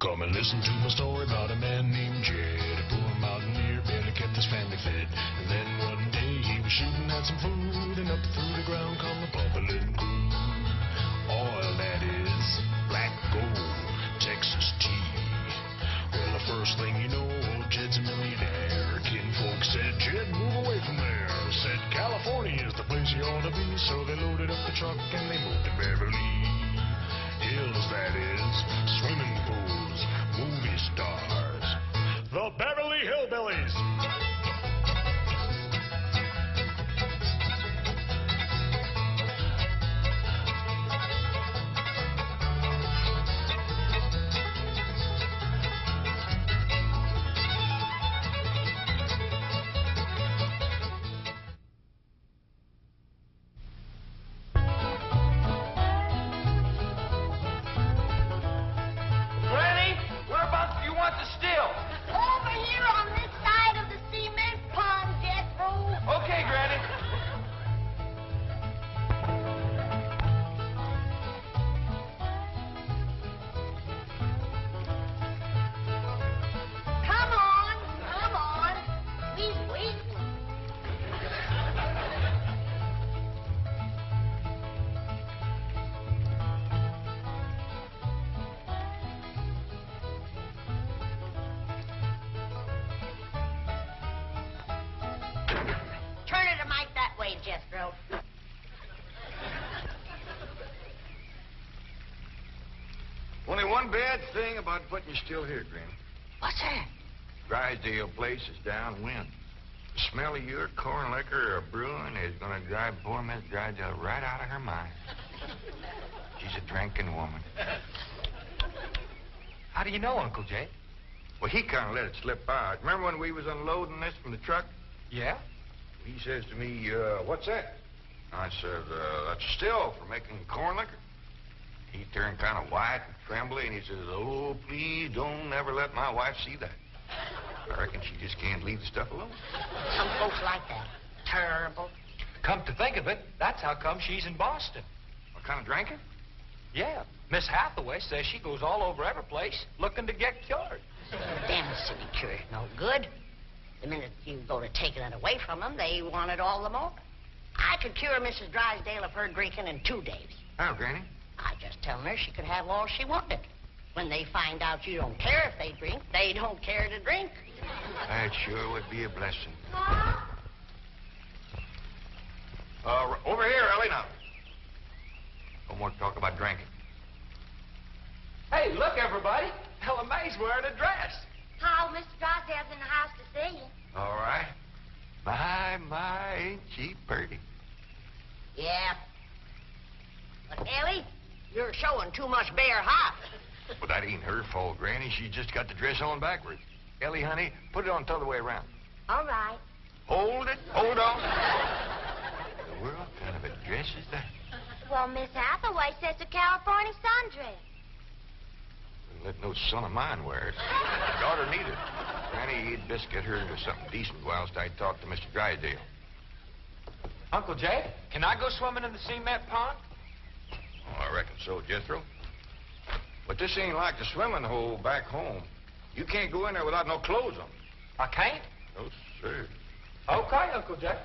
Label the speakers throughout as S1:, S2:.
S1: Come and listen to my story about a man named Jed, a poor mountaineer, barely kept his family fed. And then one day he was shooting at some food, and up through the ground come a bubbling crude oil that is black gold, Texas tea. Well, the first thing you know, old Jed's a millionaire. Kinfolk said, Jed, move away from there. Said California is the place you ought to be, so they loaded up the truck and they moved to Beverly hills, that is, swimming pools, movie stars. The Beverly Hillbillies!
S2: Granny, whereabouts do you want to steal?
S3: Over here on this side of the cement pond, Jethro.
S2: Okay, Granny.
S3: Come on, come on. He's waiting. Turn it a mite that way, Jethro.
S2: Only one bad thing about putting you still here, Granny.
S3: What's that?
S2: Drysdale Place is downwind. The smell of your corn liquor or brewing is going to drive poor Miss Drysdale right out of her mind. She's a drinking woman.
S4: How do you know, Uncle Jay?
S2: Well, he kind of let it slip out. Remember when we was unloading this from the truck?
S4: Yeah?
S2: He says to me, uh, what's that? I said, uh, that's still for making corn liquor. He turned kind of white and trembly, and he says, oh, please don't ever let my wife see that. I reckon she just can't leave the stuff alone.
S3: Some folks like that. Terrible.
S4: Come to think of it, that's how come she's in Boston.
S2: What kind of drinking?
S4: Yeah. Miss Hathaway says she goes all over every place looking to get cured.
S3: Damn city cure's no good. The minute you go to taking it away from them, they want it all the more. I could cure Mrs. Drysdale of her drinking in two days.
S2: How, Oh, Granny?
S3: I just telling her she could have all she wanted. When they find out you don't care if they drink, they don't care to drink.
S2: That sure would be a blessing. Uh, r- over here, Ellie, now. No more talk about drinking.
S4: Hey, look, everybody. Ella May's wearing a dress.
S5: Paul, Mr. Drysdale's in the house to see you.
S2: All right. My, my, ain't she pretty.
S3: Yeah. But Ellie, you're showing too much bare hops.
S2: Well, that ain't her fault, Granny. She just got the dress on backwards. Ellie, honey, put it on t'other way around.
S5: All right.
S2: Hold it. Hold on. the world kind of a dress is that?
S5: Well, Miss Hathaway says the California sundress.
S2: Wouldn't Let no son of mine wear it. My daughter neither. Granny, you'd best get her into something decent whilst I talk to Mr. Drysdale.
S4: Uncle Jay, can I go swimming in the cement pond?
S2: Oh, I reckon so, Jethro. But this ain't like the swimming hole back home. You can't go in there without no clothes on.
S4: I can't.
S2: No, sir.
S4: Okay, Uncle Jay.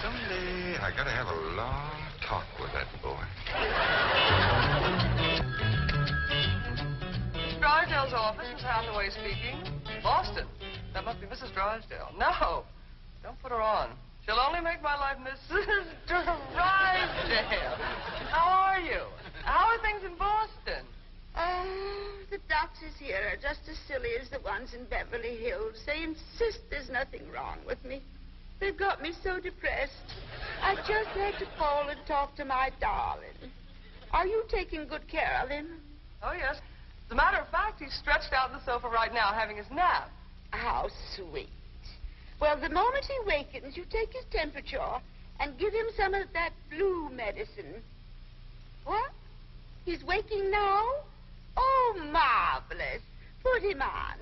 S2: Someday I gotta have a long talk with that boy.
S6: Mrs. Drysdale's office, Miss Hathaway speaking. Boston. That must be Mrs. Drysdale. No, don't put her on. She'll only make my life Mrs. Drysdale. How are you? How are things in Boston?
S7: Oh, the doctors here are just as silly as the ones in Beverly Hills. They insist there's nothing wrong with me. They've got me so depressed. I just had to call and talk to my darling. Are you taking good care of him?
S6: Oh, yes. As a matter of fact, he's stretched out on the sofa right now having his nap.
S7: How sweet. Well, the moment he wakens, you take his temperature and give him some of that blue medicine. What? He's waking now? Oh, marvelous. Put him on.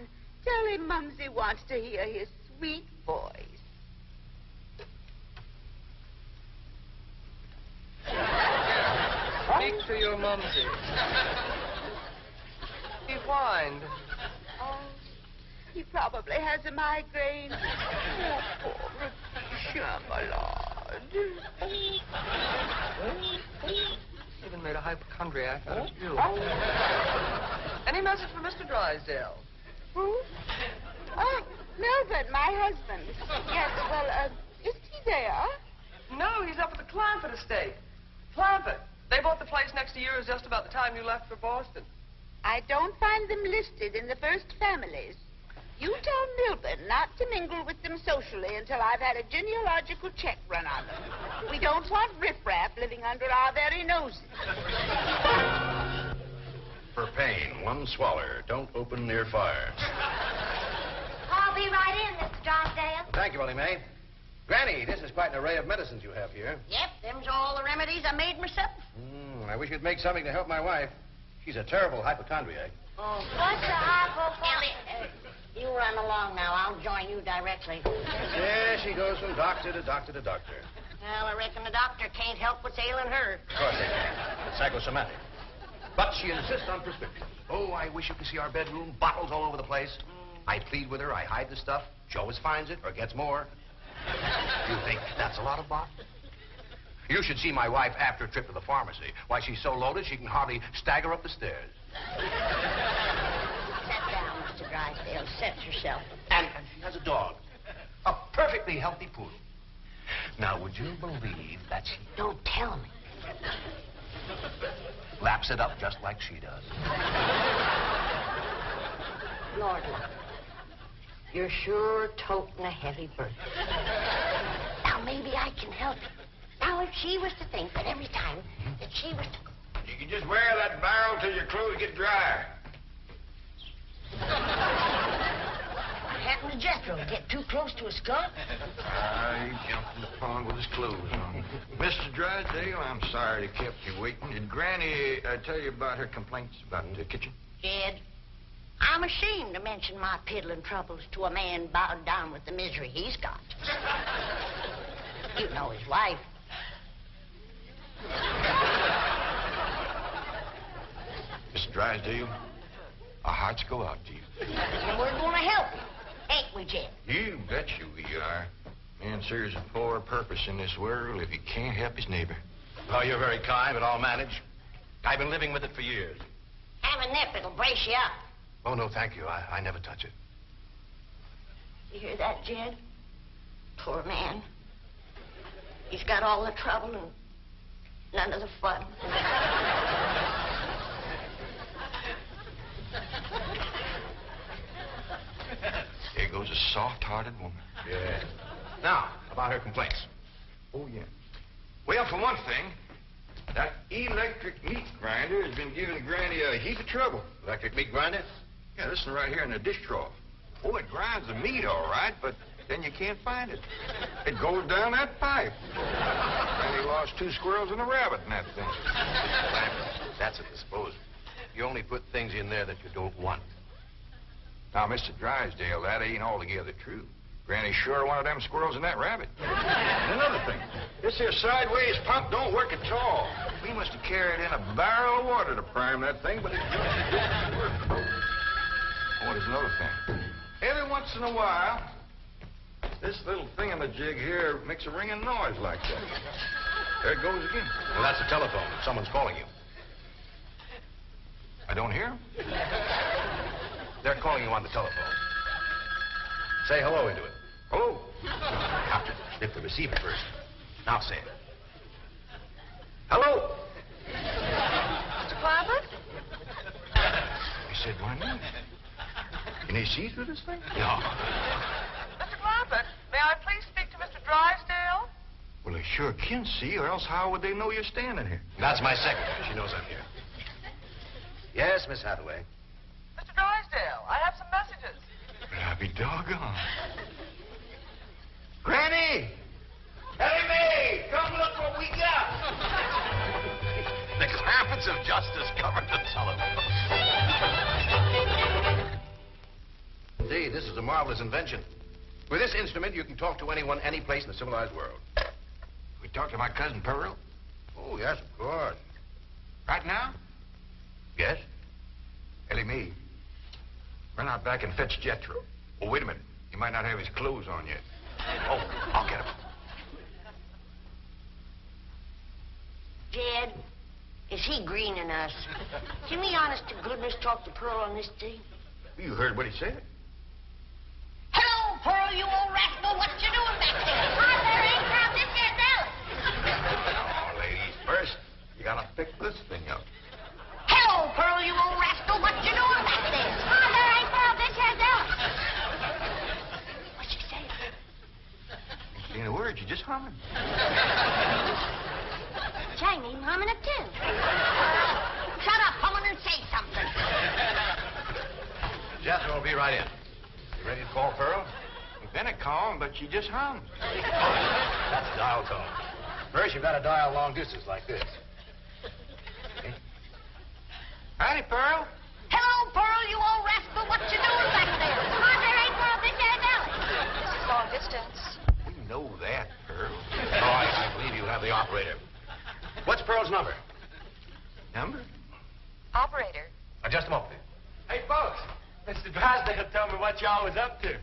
S7: Tell him Mumsy wants to hear his sweet voice.
S6: Speak to your mumsy. He whined.
S7: Oh, he probably has a migraine. Oh, poor Chamalard.
S6: Even made a hypochondriac out of you. Any message for Mr. Drysdale?
S7: Who? Oh, Milburn, my husband. Yes, well, uh, is he there?
S6: No, he's up at the Clampett estate. Clampett. They bought the place next to yours just about the time you left for Boston.
S7: I don't find them listed in the first families. You tell Milburn not to mingle with them socially until I've had a genealogical check run on them. We don't want riffraff living under our very noses.
S2: For pain, one swaller. Don't open near fire.
S5: I'll be right in, Mr. Drysdale.
S8: Thank you, Willie Mae. Granny, this is quite an array of medicines you have here.
S3: Yep, them's all the remedies I made myself.
S8: Mm, I wish you'd make something to help my wife. She's a terrible hypochondriac.
S3: Oh,
S5: What's a hypochondriac?
S3: Elliot, uh, you run along now. I'll join you directly.
S8: Yeah, she goes from doctor to doctor to doctor.
S3: Well, I reckon the doctor can't help what's ailing her.
S8: Of course they can. It's psychosomatic. But she insists on prescriptions. Oh, I wish you could see our bedroom. Bottles all over the place. I plead with her. I hide the stuff. She always finds it or gets more. you think that's a lot of bottles? You should see my wife after a trip to the pharmacy. Why, she's so loaded she can hardly stagger up the stairs.
S3: Sit down, Mr. Drysdale. Set yourself.
S8: And, and she has a dog. A perfectly healthy poodle. Now, would you believe that she
S3: Don't tell me.
S8: laps it up just like she does?
S3: Lord, love. You're sure toting a heavy burden. now, maybe I can help you. Now, if she was to think that every time that she was to...
S2: You can just wear that barrel till your clothes get dry.
S3: What happened to Jethro? Get too close to a skull?
S2: Ah, he jumped in the pond with his clothes on. Mr. Drysdale, I'm sorry to kept you waiting. Did Granny uh, tell you about her complaints about the kitchen?
S3: Jed, I'm ashamed to mention my piddling troubles to a man bowed down with the misery he's got. you know his wife.
S2: Mr. Drysdale, our hearts go out to you.
S3: And we're going to help him. Ain't we, Jed?
S2: You bet you we are. Man serves a poor purpose in this world if he can't help his neighbor.
S8: Oh, you're very kind, but I'll manage. I've been living with it for years.
S3: Have a nip. It'll brace you up.
S8: Oh, no, thank you. I, I never touch it.
S3: You hear that, Jed? Poor man. He's got all the trouble and none of the fun.
S2: There goes a soft-hearted woman.
S8: Yeah. Now, about her complaints.
S2: Oh, yeah. Well, for one thing, that electric meat grinder has been giving Granny a heap of trouble.
S8: Electric meat grinder?
S2: Yeah, this one right here in the dish trough. Oh, it grinds the meat all right, but then you can't find it. It goes down that pipe. Granny lost two squirrels and a rabbit in that thing.
S8: Well, That's a disposal. You only put things in there that you don't want.
S2: Now, Mr. Drysdale, that ain't altogether true. Granny sure wanted them squirrels and that rabbit. And Another thing, this here sideways pump don't work at all. We must have carried in a barrel of water to prime that thing, but it didn't work. Oh, there's another thing. Every once in a while, this little thingamajig here makes a ringing noise like that. There it goes again.
S8: Well, that's a telephone. Someone's calling you.
S2: I don't hear 'em.
S8: They're calling you on the telephone. Say hello into it.
S2: Hello?
S8: Have to lift the receiver first. Now say it. Hello?
S6: Mr. Clampett?
S2: He said, my name. Can he see through this thing?
S8: No.
S6: Mr. Clampett, may I please speak to Mr. Drysdale?
S2: Well, they sure can see, or else how would they know you're standing here?
S8: That's my secretary. She knows I'm here. Yes, Miss Hathaway.
S6: Mr. Drysdale, I have some messages.
S2: Well, I'll be doggone. Granny! Ellie Mae! Come look what we got!
S8: The clampets have just discovered the telephone. agree. This is a marvelous invention. With this instrument, you can talk to anyone, any place in the civilized world.
S2: We talk to my cousin Pearl?
S8: Oh, yes, of course.
S2: Right now?
S8: Yes?
S2: Ellie, me. Run out back and fetch Jethro. Oh, wait a minute. He might not have his clothes on yet. Oh, I'll get him.
S3: Jed, is he greening us? Can we honest to goodness talk to Pearl on this thing?
S2: You heard what he said.
S3: Hello, Pearl, you old rascal. What you doing back there?
S5: Hi, Larry. How's this here Dallas?
S2: Now, ladies first. You gotta pick this thing up.
S3: Hello, Pearl, you old rascal. What you doing back there?
S5: Hi, Larry. How's this here Dallas?
S3: What'd she say?
S2: You ain't a word. You just humming.
S5: Jane even humming a tune.
S3: Shut up, woman, and say something.
S8: Jethro will be right in. You ready to call Pearl?
S2: Bennett called, but she just hummed.
S8: That's a dial tone. First, you've got to dial long distance like this.
S2: Howdy, Pearl.
S3: Hello, Pearl, you old rascal. What you doing back there?
S5: Hi, Larry. How's this here Dallas?
S9: Long distance.
S2: We know that, Pearl.
S8: Oh, I, I believe you have the operator. What's Pearl's number?
S2: Number?
S9: Operator.
S8: Uh, just a moment.
S4: Hey, folks. Mr. Drysdale told me what y'all was up to.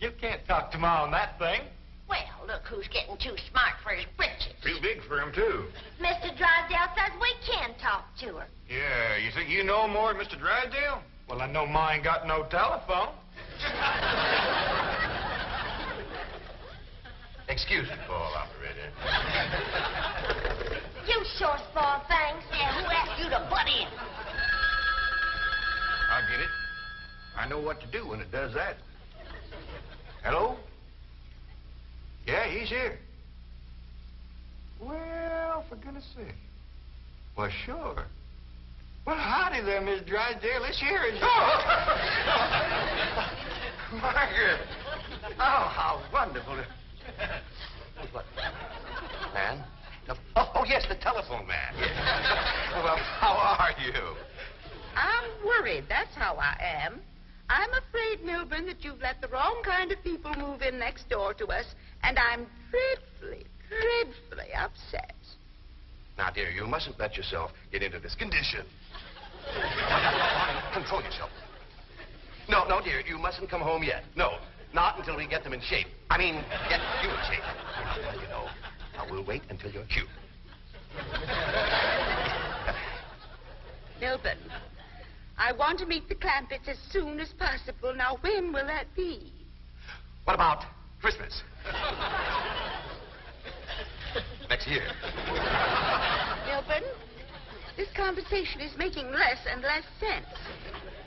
S4: You can't talk to Ma on that thing.
S3: Well, look who's getting too smart for his britches.
S2: Too big for him, too.
S5: Mr. Drysdale says we can talk to her.
S2: Yeah, you think you know more than Mr. Drysdale?
S4: Well, I know Ma ain't got no telephone.
S8: Excuse me, call operator.
S5: You sure small things.
S3: Yeah, who asked you to butt in?
S2: I get it. I know what to do when it does that. Hello? Yeah, he's here. Well, for goodness sake. Well, sure. Well, howdy there, Miss Drysdale. This here is... Margaret. Oh, how wonderful.
S8: Man? Oh, oh, yes, the telephone man.
S2: Well, how are you?
S7: I'm worried. That's how I am. I'm afraid, Milburn, that you've let the wrong kind of people move in next door to us, and I'm dreadfully, dreadfully upset.
S8: Now, dear, you mustn't let yourself get into this condition. Control yourself. No, no, dear, you mustn't come home yet. No, not until we get them in shape. I mean, get you in shape. Now, you know, now we'll wait until you're cute.
S7: Milburn, I want to meet the Clampets as soon as possible. Now, when will that be?
S8: What about Christmas? Next year.
S7: Milburn, this conversation is making less and less sense.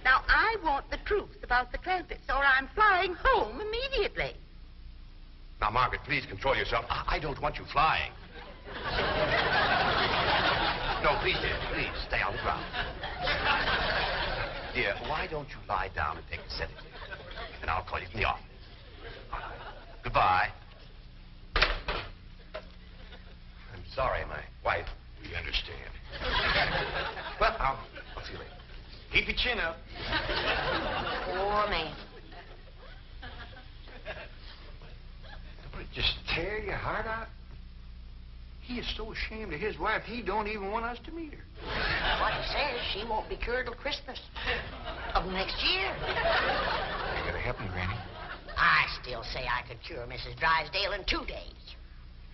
S7: Now, I want the truth about the Clampets, or I'm flying home immediately.
S8: Now, Margaret, please control yourself. I, I don't want you flying. no, please, dear, please stay on the ground. Dear, why don't you lie down and take a sedative? And I'll call you from the office. All right. Goodbye. I'm sorry, my wife.
S2: We understand.
S8: Well, I'll, I'll see you later.
S2: Keep your chin up.
S3: Poor man.
S2: Would it just tear your heart out? He is so ashamed of his wife, he don't even want us to meet her.
S3: What he says, she won't be cured till Christmas of next year.
S2: Ain't gonna happen, Granny.
S3: I still say I could cure Mrs. Drysdale in two days.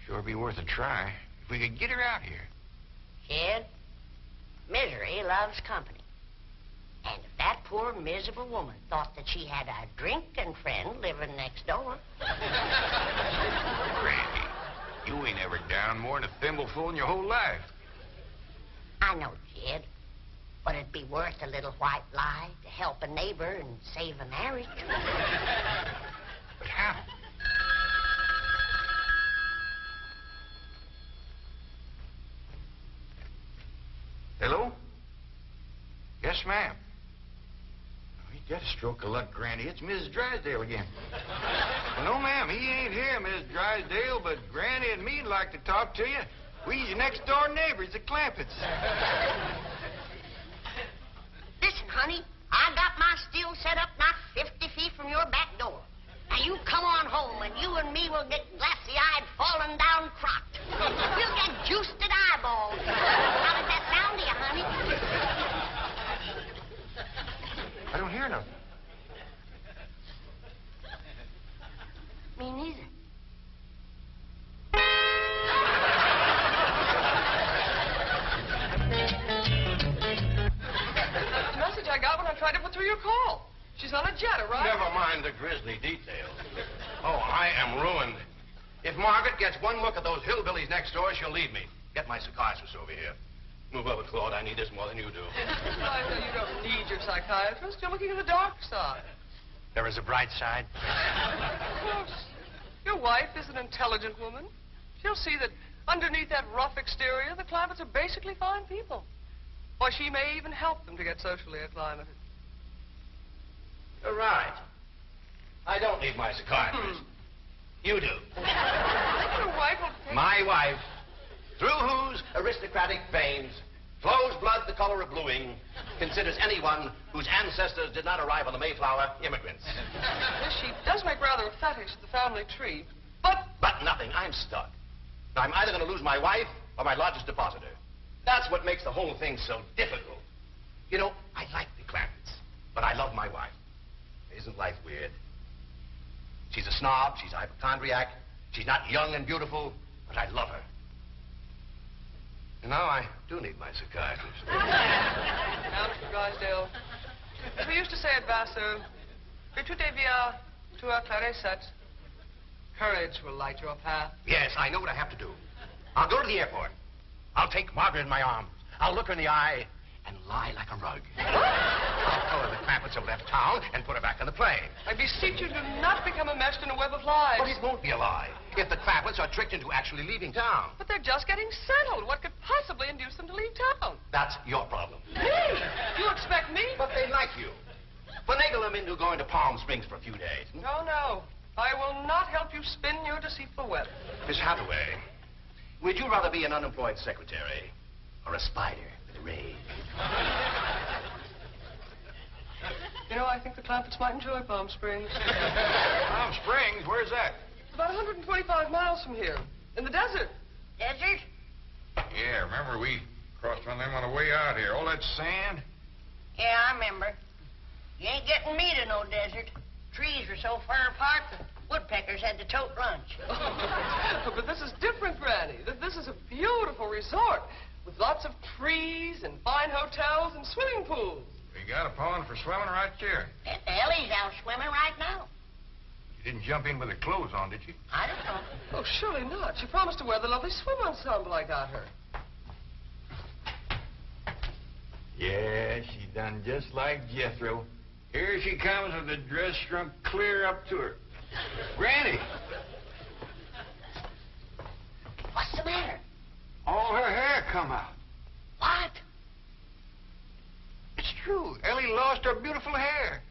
S2: Sure be worth a try if we could get her out here.
S3: Jed, misery loves company. And if that poor miserable woman thought that she had a drinking friend living next door,
S2: Granny, you ain't ever down more than a thimbleful in your whole life.
S3: I know, Jed. But it'd be worth a little white lie to help a neighbor and save a marriage.
S2: But how? Hello? Yes, ma'am. Oh, you got a stroke of luck, Granny. It's Mrs. Drysdale again. well, no, ma'am, he ain't here, Mrs. Drysdale, but Granny and me'd like to talk to you. We's your next door neighbors, the Clampets.
S3: Listen, honey, I got my steel set up not 50 feet from your
S4: I don't hear nothing.
S3: Me neither.
S6: The message I got when I tried to put through your call. She's on a jet, all right?
S8: Never mind the grisly details. Oh, I am ruined. If Margaret gets one look at those hillbillies next door, she'll leave me. Get my psychiatrist over here. Move over, Claude. I need this more than you do.
S6: I know you don't need your psychiatrist. You're looking at the dark side.
S8: There is a bright side.
S6: Of course. Your wife is an intelligent woman. She'll see that underneath that rough exterior, the Clampets are basically fine people. Or she may even help them to get socially acclimated.
S8: You're right. I don't need my psychiatrist. You do.
S6: Your wife will take...
S8: My wife, through whose aristocratic veins flows blood the color of blueing, considers anyone whose ancestors did not arrive on the Mayflower immigrants.
S6: She does make rather a fetish of the family tree, but
S8: But nothing. I'm stuck. I'm either going to lose my wife or my largest depositor. That's what makes the whole thing so difficult. You know, I like the Clampets, but I love my wife. Isn't life weird? She's a snob. She's a hypochondriac. She's not young and beautiful, but I love her. And now I do need my psychiatrist.
S6: Now, Mr. Drysdale, as we used to say at Vassar, que tout est bien, tout éclairé set. Courage will light your path.
S8: yes, I know what I have to do. I'll go to the airport. I'll take Margaret in my arms. I'll look her in the eye and lie like a rug. I'll tell her the Clampets have left town and put her back on the plane.
S6: I beseech you, do not become enmeshed in a web of lies.
S8: But it won't be a lie if the Clampets are tricked into actually leaving town.
S6: But they're just getting settled. What could possibly induce them to leave town?
S8: That's your problem.
S6: Me? You expect me?
S8: But they like you. Finagle them into going to Palm Springs for a few days.
S6: No, no. I will not help you spin your deceitful web.
S8: Miss Hathaway, would you rather be an unemployed secretary or a spider with a rage?
S6: You know, I think the Clampets might enjoy Palm Springs.
S2: Palm Springs, where's that?
S6: It's about 125 miles from here, in the desert.
S3: Desert?
S2: Yeah, remember we crossed one of them on the way out here. All that sand?
S3: Yeah, I remember. You ain't getting me to no desert. Trees were so far apart, the woodpeckers had to tote lunch.
S6: but this is different, Granny. Th- This is a beautiful resort with lots of trees and fine hotels and swimming pools.
S2: We got a pond for swimming right there.
S3: That Ellie's out swimming right now.
S2: You didn't jump in with her clothes on, did you?
S3: I don't know.
S6: Oh, surely not. She promised to wear the lovely swim ensemble I got her.
S2: Yeah, she done just like Jethro. Here she comes with the dress shrunk clear up to her. Granny,
S3: What's the matter?
S2: all her hair come out.
S3: What?
S2: It's true. Ellie lost her beautiful hair.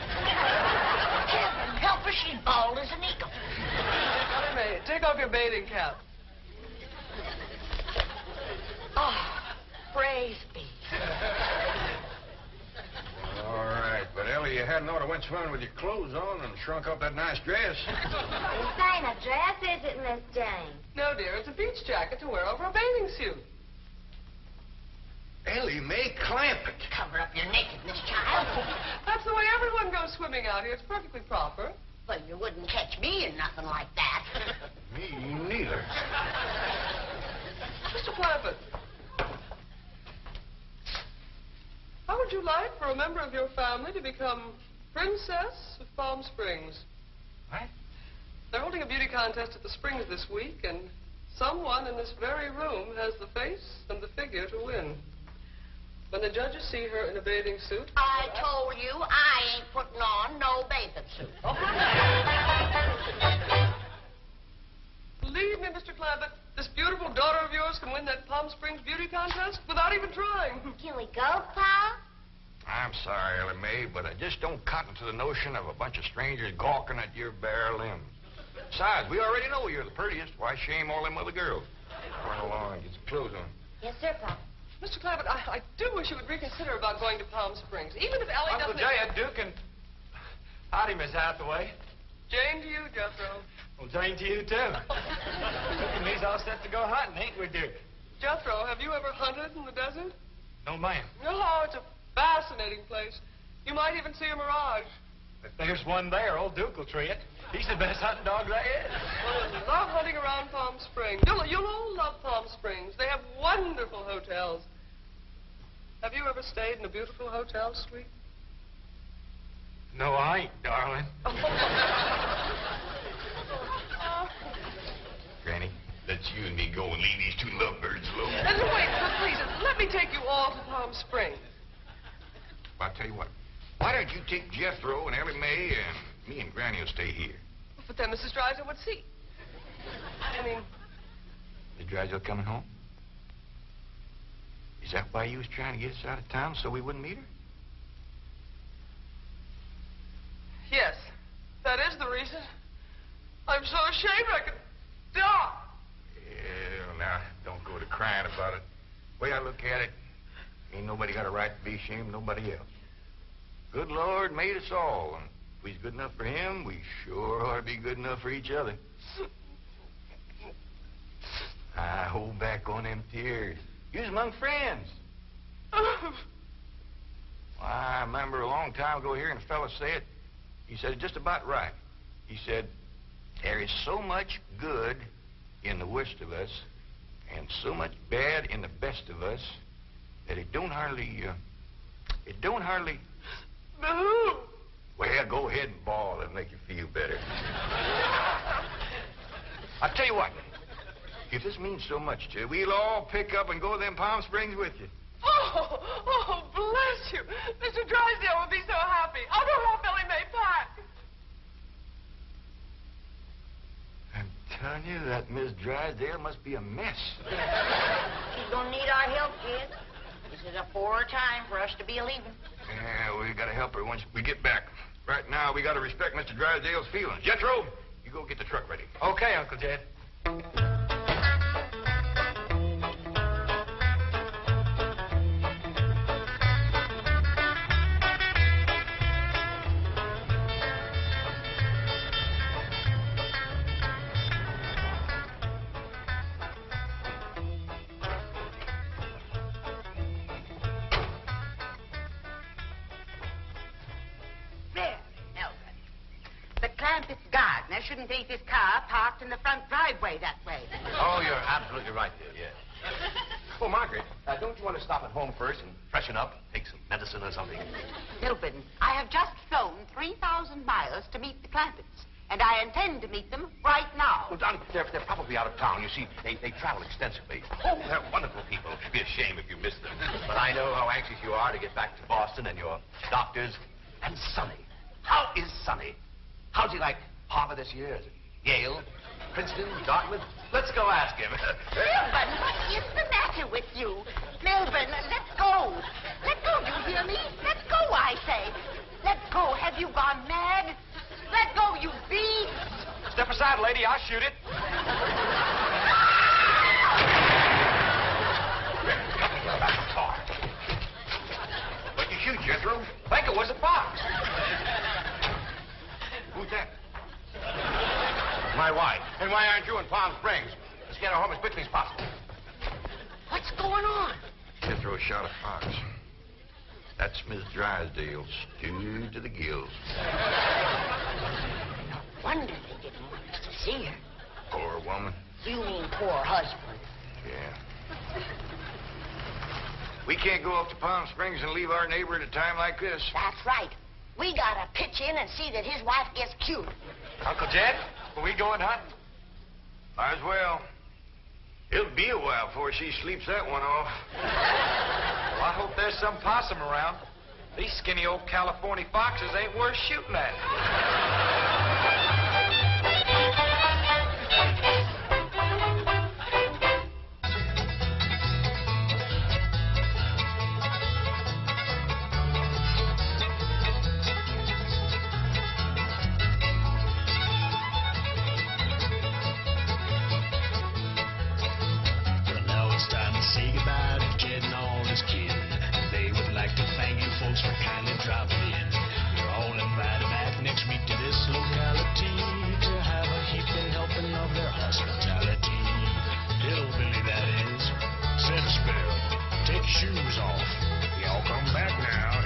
S3: Heaven help her, she's bald as an eagle.
S6: Wait a minute. Take off your bathing cap.
S3: Oh, praise be.
S2: All right, but Ellie, you hadn't ought to went swimming with your clothes on and shrunk up that nice dress.
S5: It's not a dress, is it, Miss Jane?
S6: No, dear, it's a beach jacket to wear over a bathing suit.
S2: Ellie Mae Clampett.
S3: Cover up your nakedness, child.
S6: That's the way everyone goes swimming out here. It's perfectly proper.
S3: Well, you wouldn't catch me in nothing like that.
S2: Me neither.
S6: Mr. Clampett, how would you like for a member of your family to become Princess of Palm Springs?
S4: What?
S6: They're holding a beauty contest at the Springs this week, and someone in this very room has the face and the figure to win. When the judges see her in a bathing suit,
S3: I told you I ain't putting on no bathing suit.
S6: believe me, Mr. Clampett, this beautiful daughter of yours can win that Palm Springs beauty contest without even trying.
S5: Can we go, Pa?
S2: I'm sorry, Ellie Mae, but I just don't cotton to the notion of a bunch of strangers gawking at your bare limbs. Besides, we already know you're the prettiest. Why shame all them other girls? Run along and get some clothes on.
S5: Yes, sir, Pa.
S6: Mr. Clampett, I, I do wish you would reconsider about going to Palm Springs, even if Ellie
S4: Uncle
S6: doesn't.
S4: Jay at Duke and... Howdy, Miss Hathaway.
S6: Jane to you, Jethro.
S4: Well, Jane to you, too. Duke and me's all set to go hunting, ain't we, Duke?
S6: Jethro, have you ever hunted in the desert?
S4: No, ma'am.
S6: No, it's a fascinating place. You might even see a mirage.
S4: If there's one there, old Duke will tree it. He's the best hunting dog there is.
S6: Well, I love hunting around Palm Springs. You'll, you'll all love Palm Springs. They have wonderful hotels. Have you ever stayed in a beautiful hotel suite?
S4: No, I ain't, darling.
S2: Granny, let's you and me go and leave these two lovebirds alone.
S6: And wait, but please, let me take you all to Palm Springs.
S2: I'll tell you what. Why don't you take Jethro and Ellie Mae and me and Granny will stay here?
S6: But then Mrs. Dreiser would see. I mean,
S2: Is Drisdale coming home? Is that why you was trying to get us out of town so we wouldn't meet her?
S6: yes, that is the reason. I'm so ashamed I could die.
S2: Yeah, now, don't go to crying about it. The way I look at it, ain't nobody got a right to be ashamed of nobody else. Good Lord made us all, and if we's good enough for him, we sure ought to be good enough for each other. I hold back on them tears. You's among friends. Well, I remember a long time ago hearing a fella say it. He said it just about right. He said, There is so much good in the worst of us and so much bad in the best of us that it don't hardly, uh, it don't hardly.
S6: No.
S2: Well, go ahead and bawl and make you feel better. I'll tell you what. If this means so much to you, we'll all pick up and go to them Palm Springs with you.
S6: Oh, oh, bless you. Mr. Drysdale would be so happy. I'll go help Billy May pack.
S2: I'm telling you, that Miss Drysdale must be a mess.
S3: She's gonna need our help, kid. This is a poor time for us to be leaving.
S2: Yeah, we gotta help her once we get back. Right now, we gotta respect Mr. Drysdale's feelings. Jethro, you go get the truck ready.
S4: Okay, Uncle Jed.
S10: There. Now, then. the Clampett gardener shouldn't leave his car parked in the front driveway that way.
S8: Oh, you're absolutely right there, yes. Oh, Margaret, uh, don't you want to stop at home first and freshen up, take some medicine or something?
S10: Milburn, I have just flown 3,000 miles to meet the Clampets, and I intend to meet them right now.
S8: Well, Don, they're, they're probably out of town. You see, they, they travel extensively. Oh, they're wonderful people. It'd be a shame if you missed them. But I know how anxious you are to get back to Boston and your doctors. And Sonny. How is Sonny? How's he like Harvard this year? Is it Yale? Princeton? Dartmouth? Let's go ask him.
S10: Milburn, what is the matter with you? Milburn, let go. Let go, do you hear me? Let go, I say. Let go. Have you gone mad? Let go, you beast.
S4: Step aside, lady. I'll shoot it.
S2: What'd you shoot, Jethro?
S8: Think it was a fox.
S2: Who's that?
S8: My wife. And why aren't you in Palm Springs? Let's get her home as quickly as possible.
S3: What's going on?
S2: Jethro shot a fox. That's Miss Drysdale, stewed to the gills.
S3: No wonder they didn't want us to see her.
S2: Poor woman.
S3: You mean poor husband.
S2: Yeah. We can't go up to Palm Springs and leave our neighbor at a time like this.
S3: That's right. We gotta pitch in and see that his wife gets cured.
S4: Uncle Jed, will we go and hunt?
S2: Might as well. It'll be a while before she sleeps that one off.
S4: Well, I hope there's some possum around. These skinny old California foxes ain't worth shooting at.
S1: Well, now it's time to say goodbye to Jed and all his kin. They would like to thank you folks for kindly dropping in. You're all invited back next week to this locality to have a heaping helping of their hospitality. Little Billy, that is. Set a spell. Take shoes off. Y'all come back now. eh?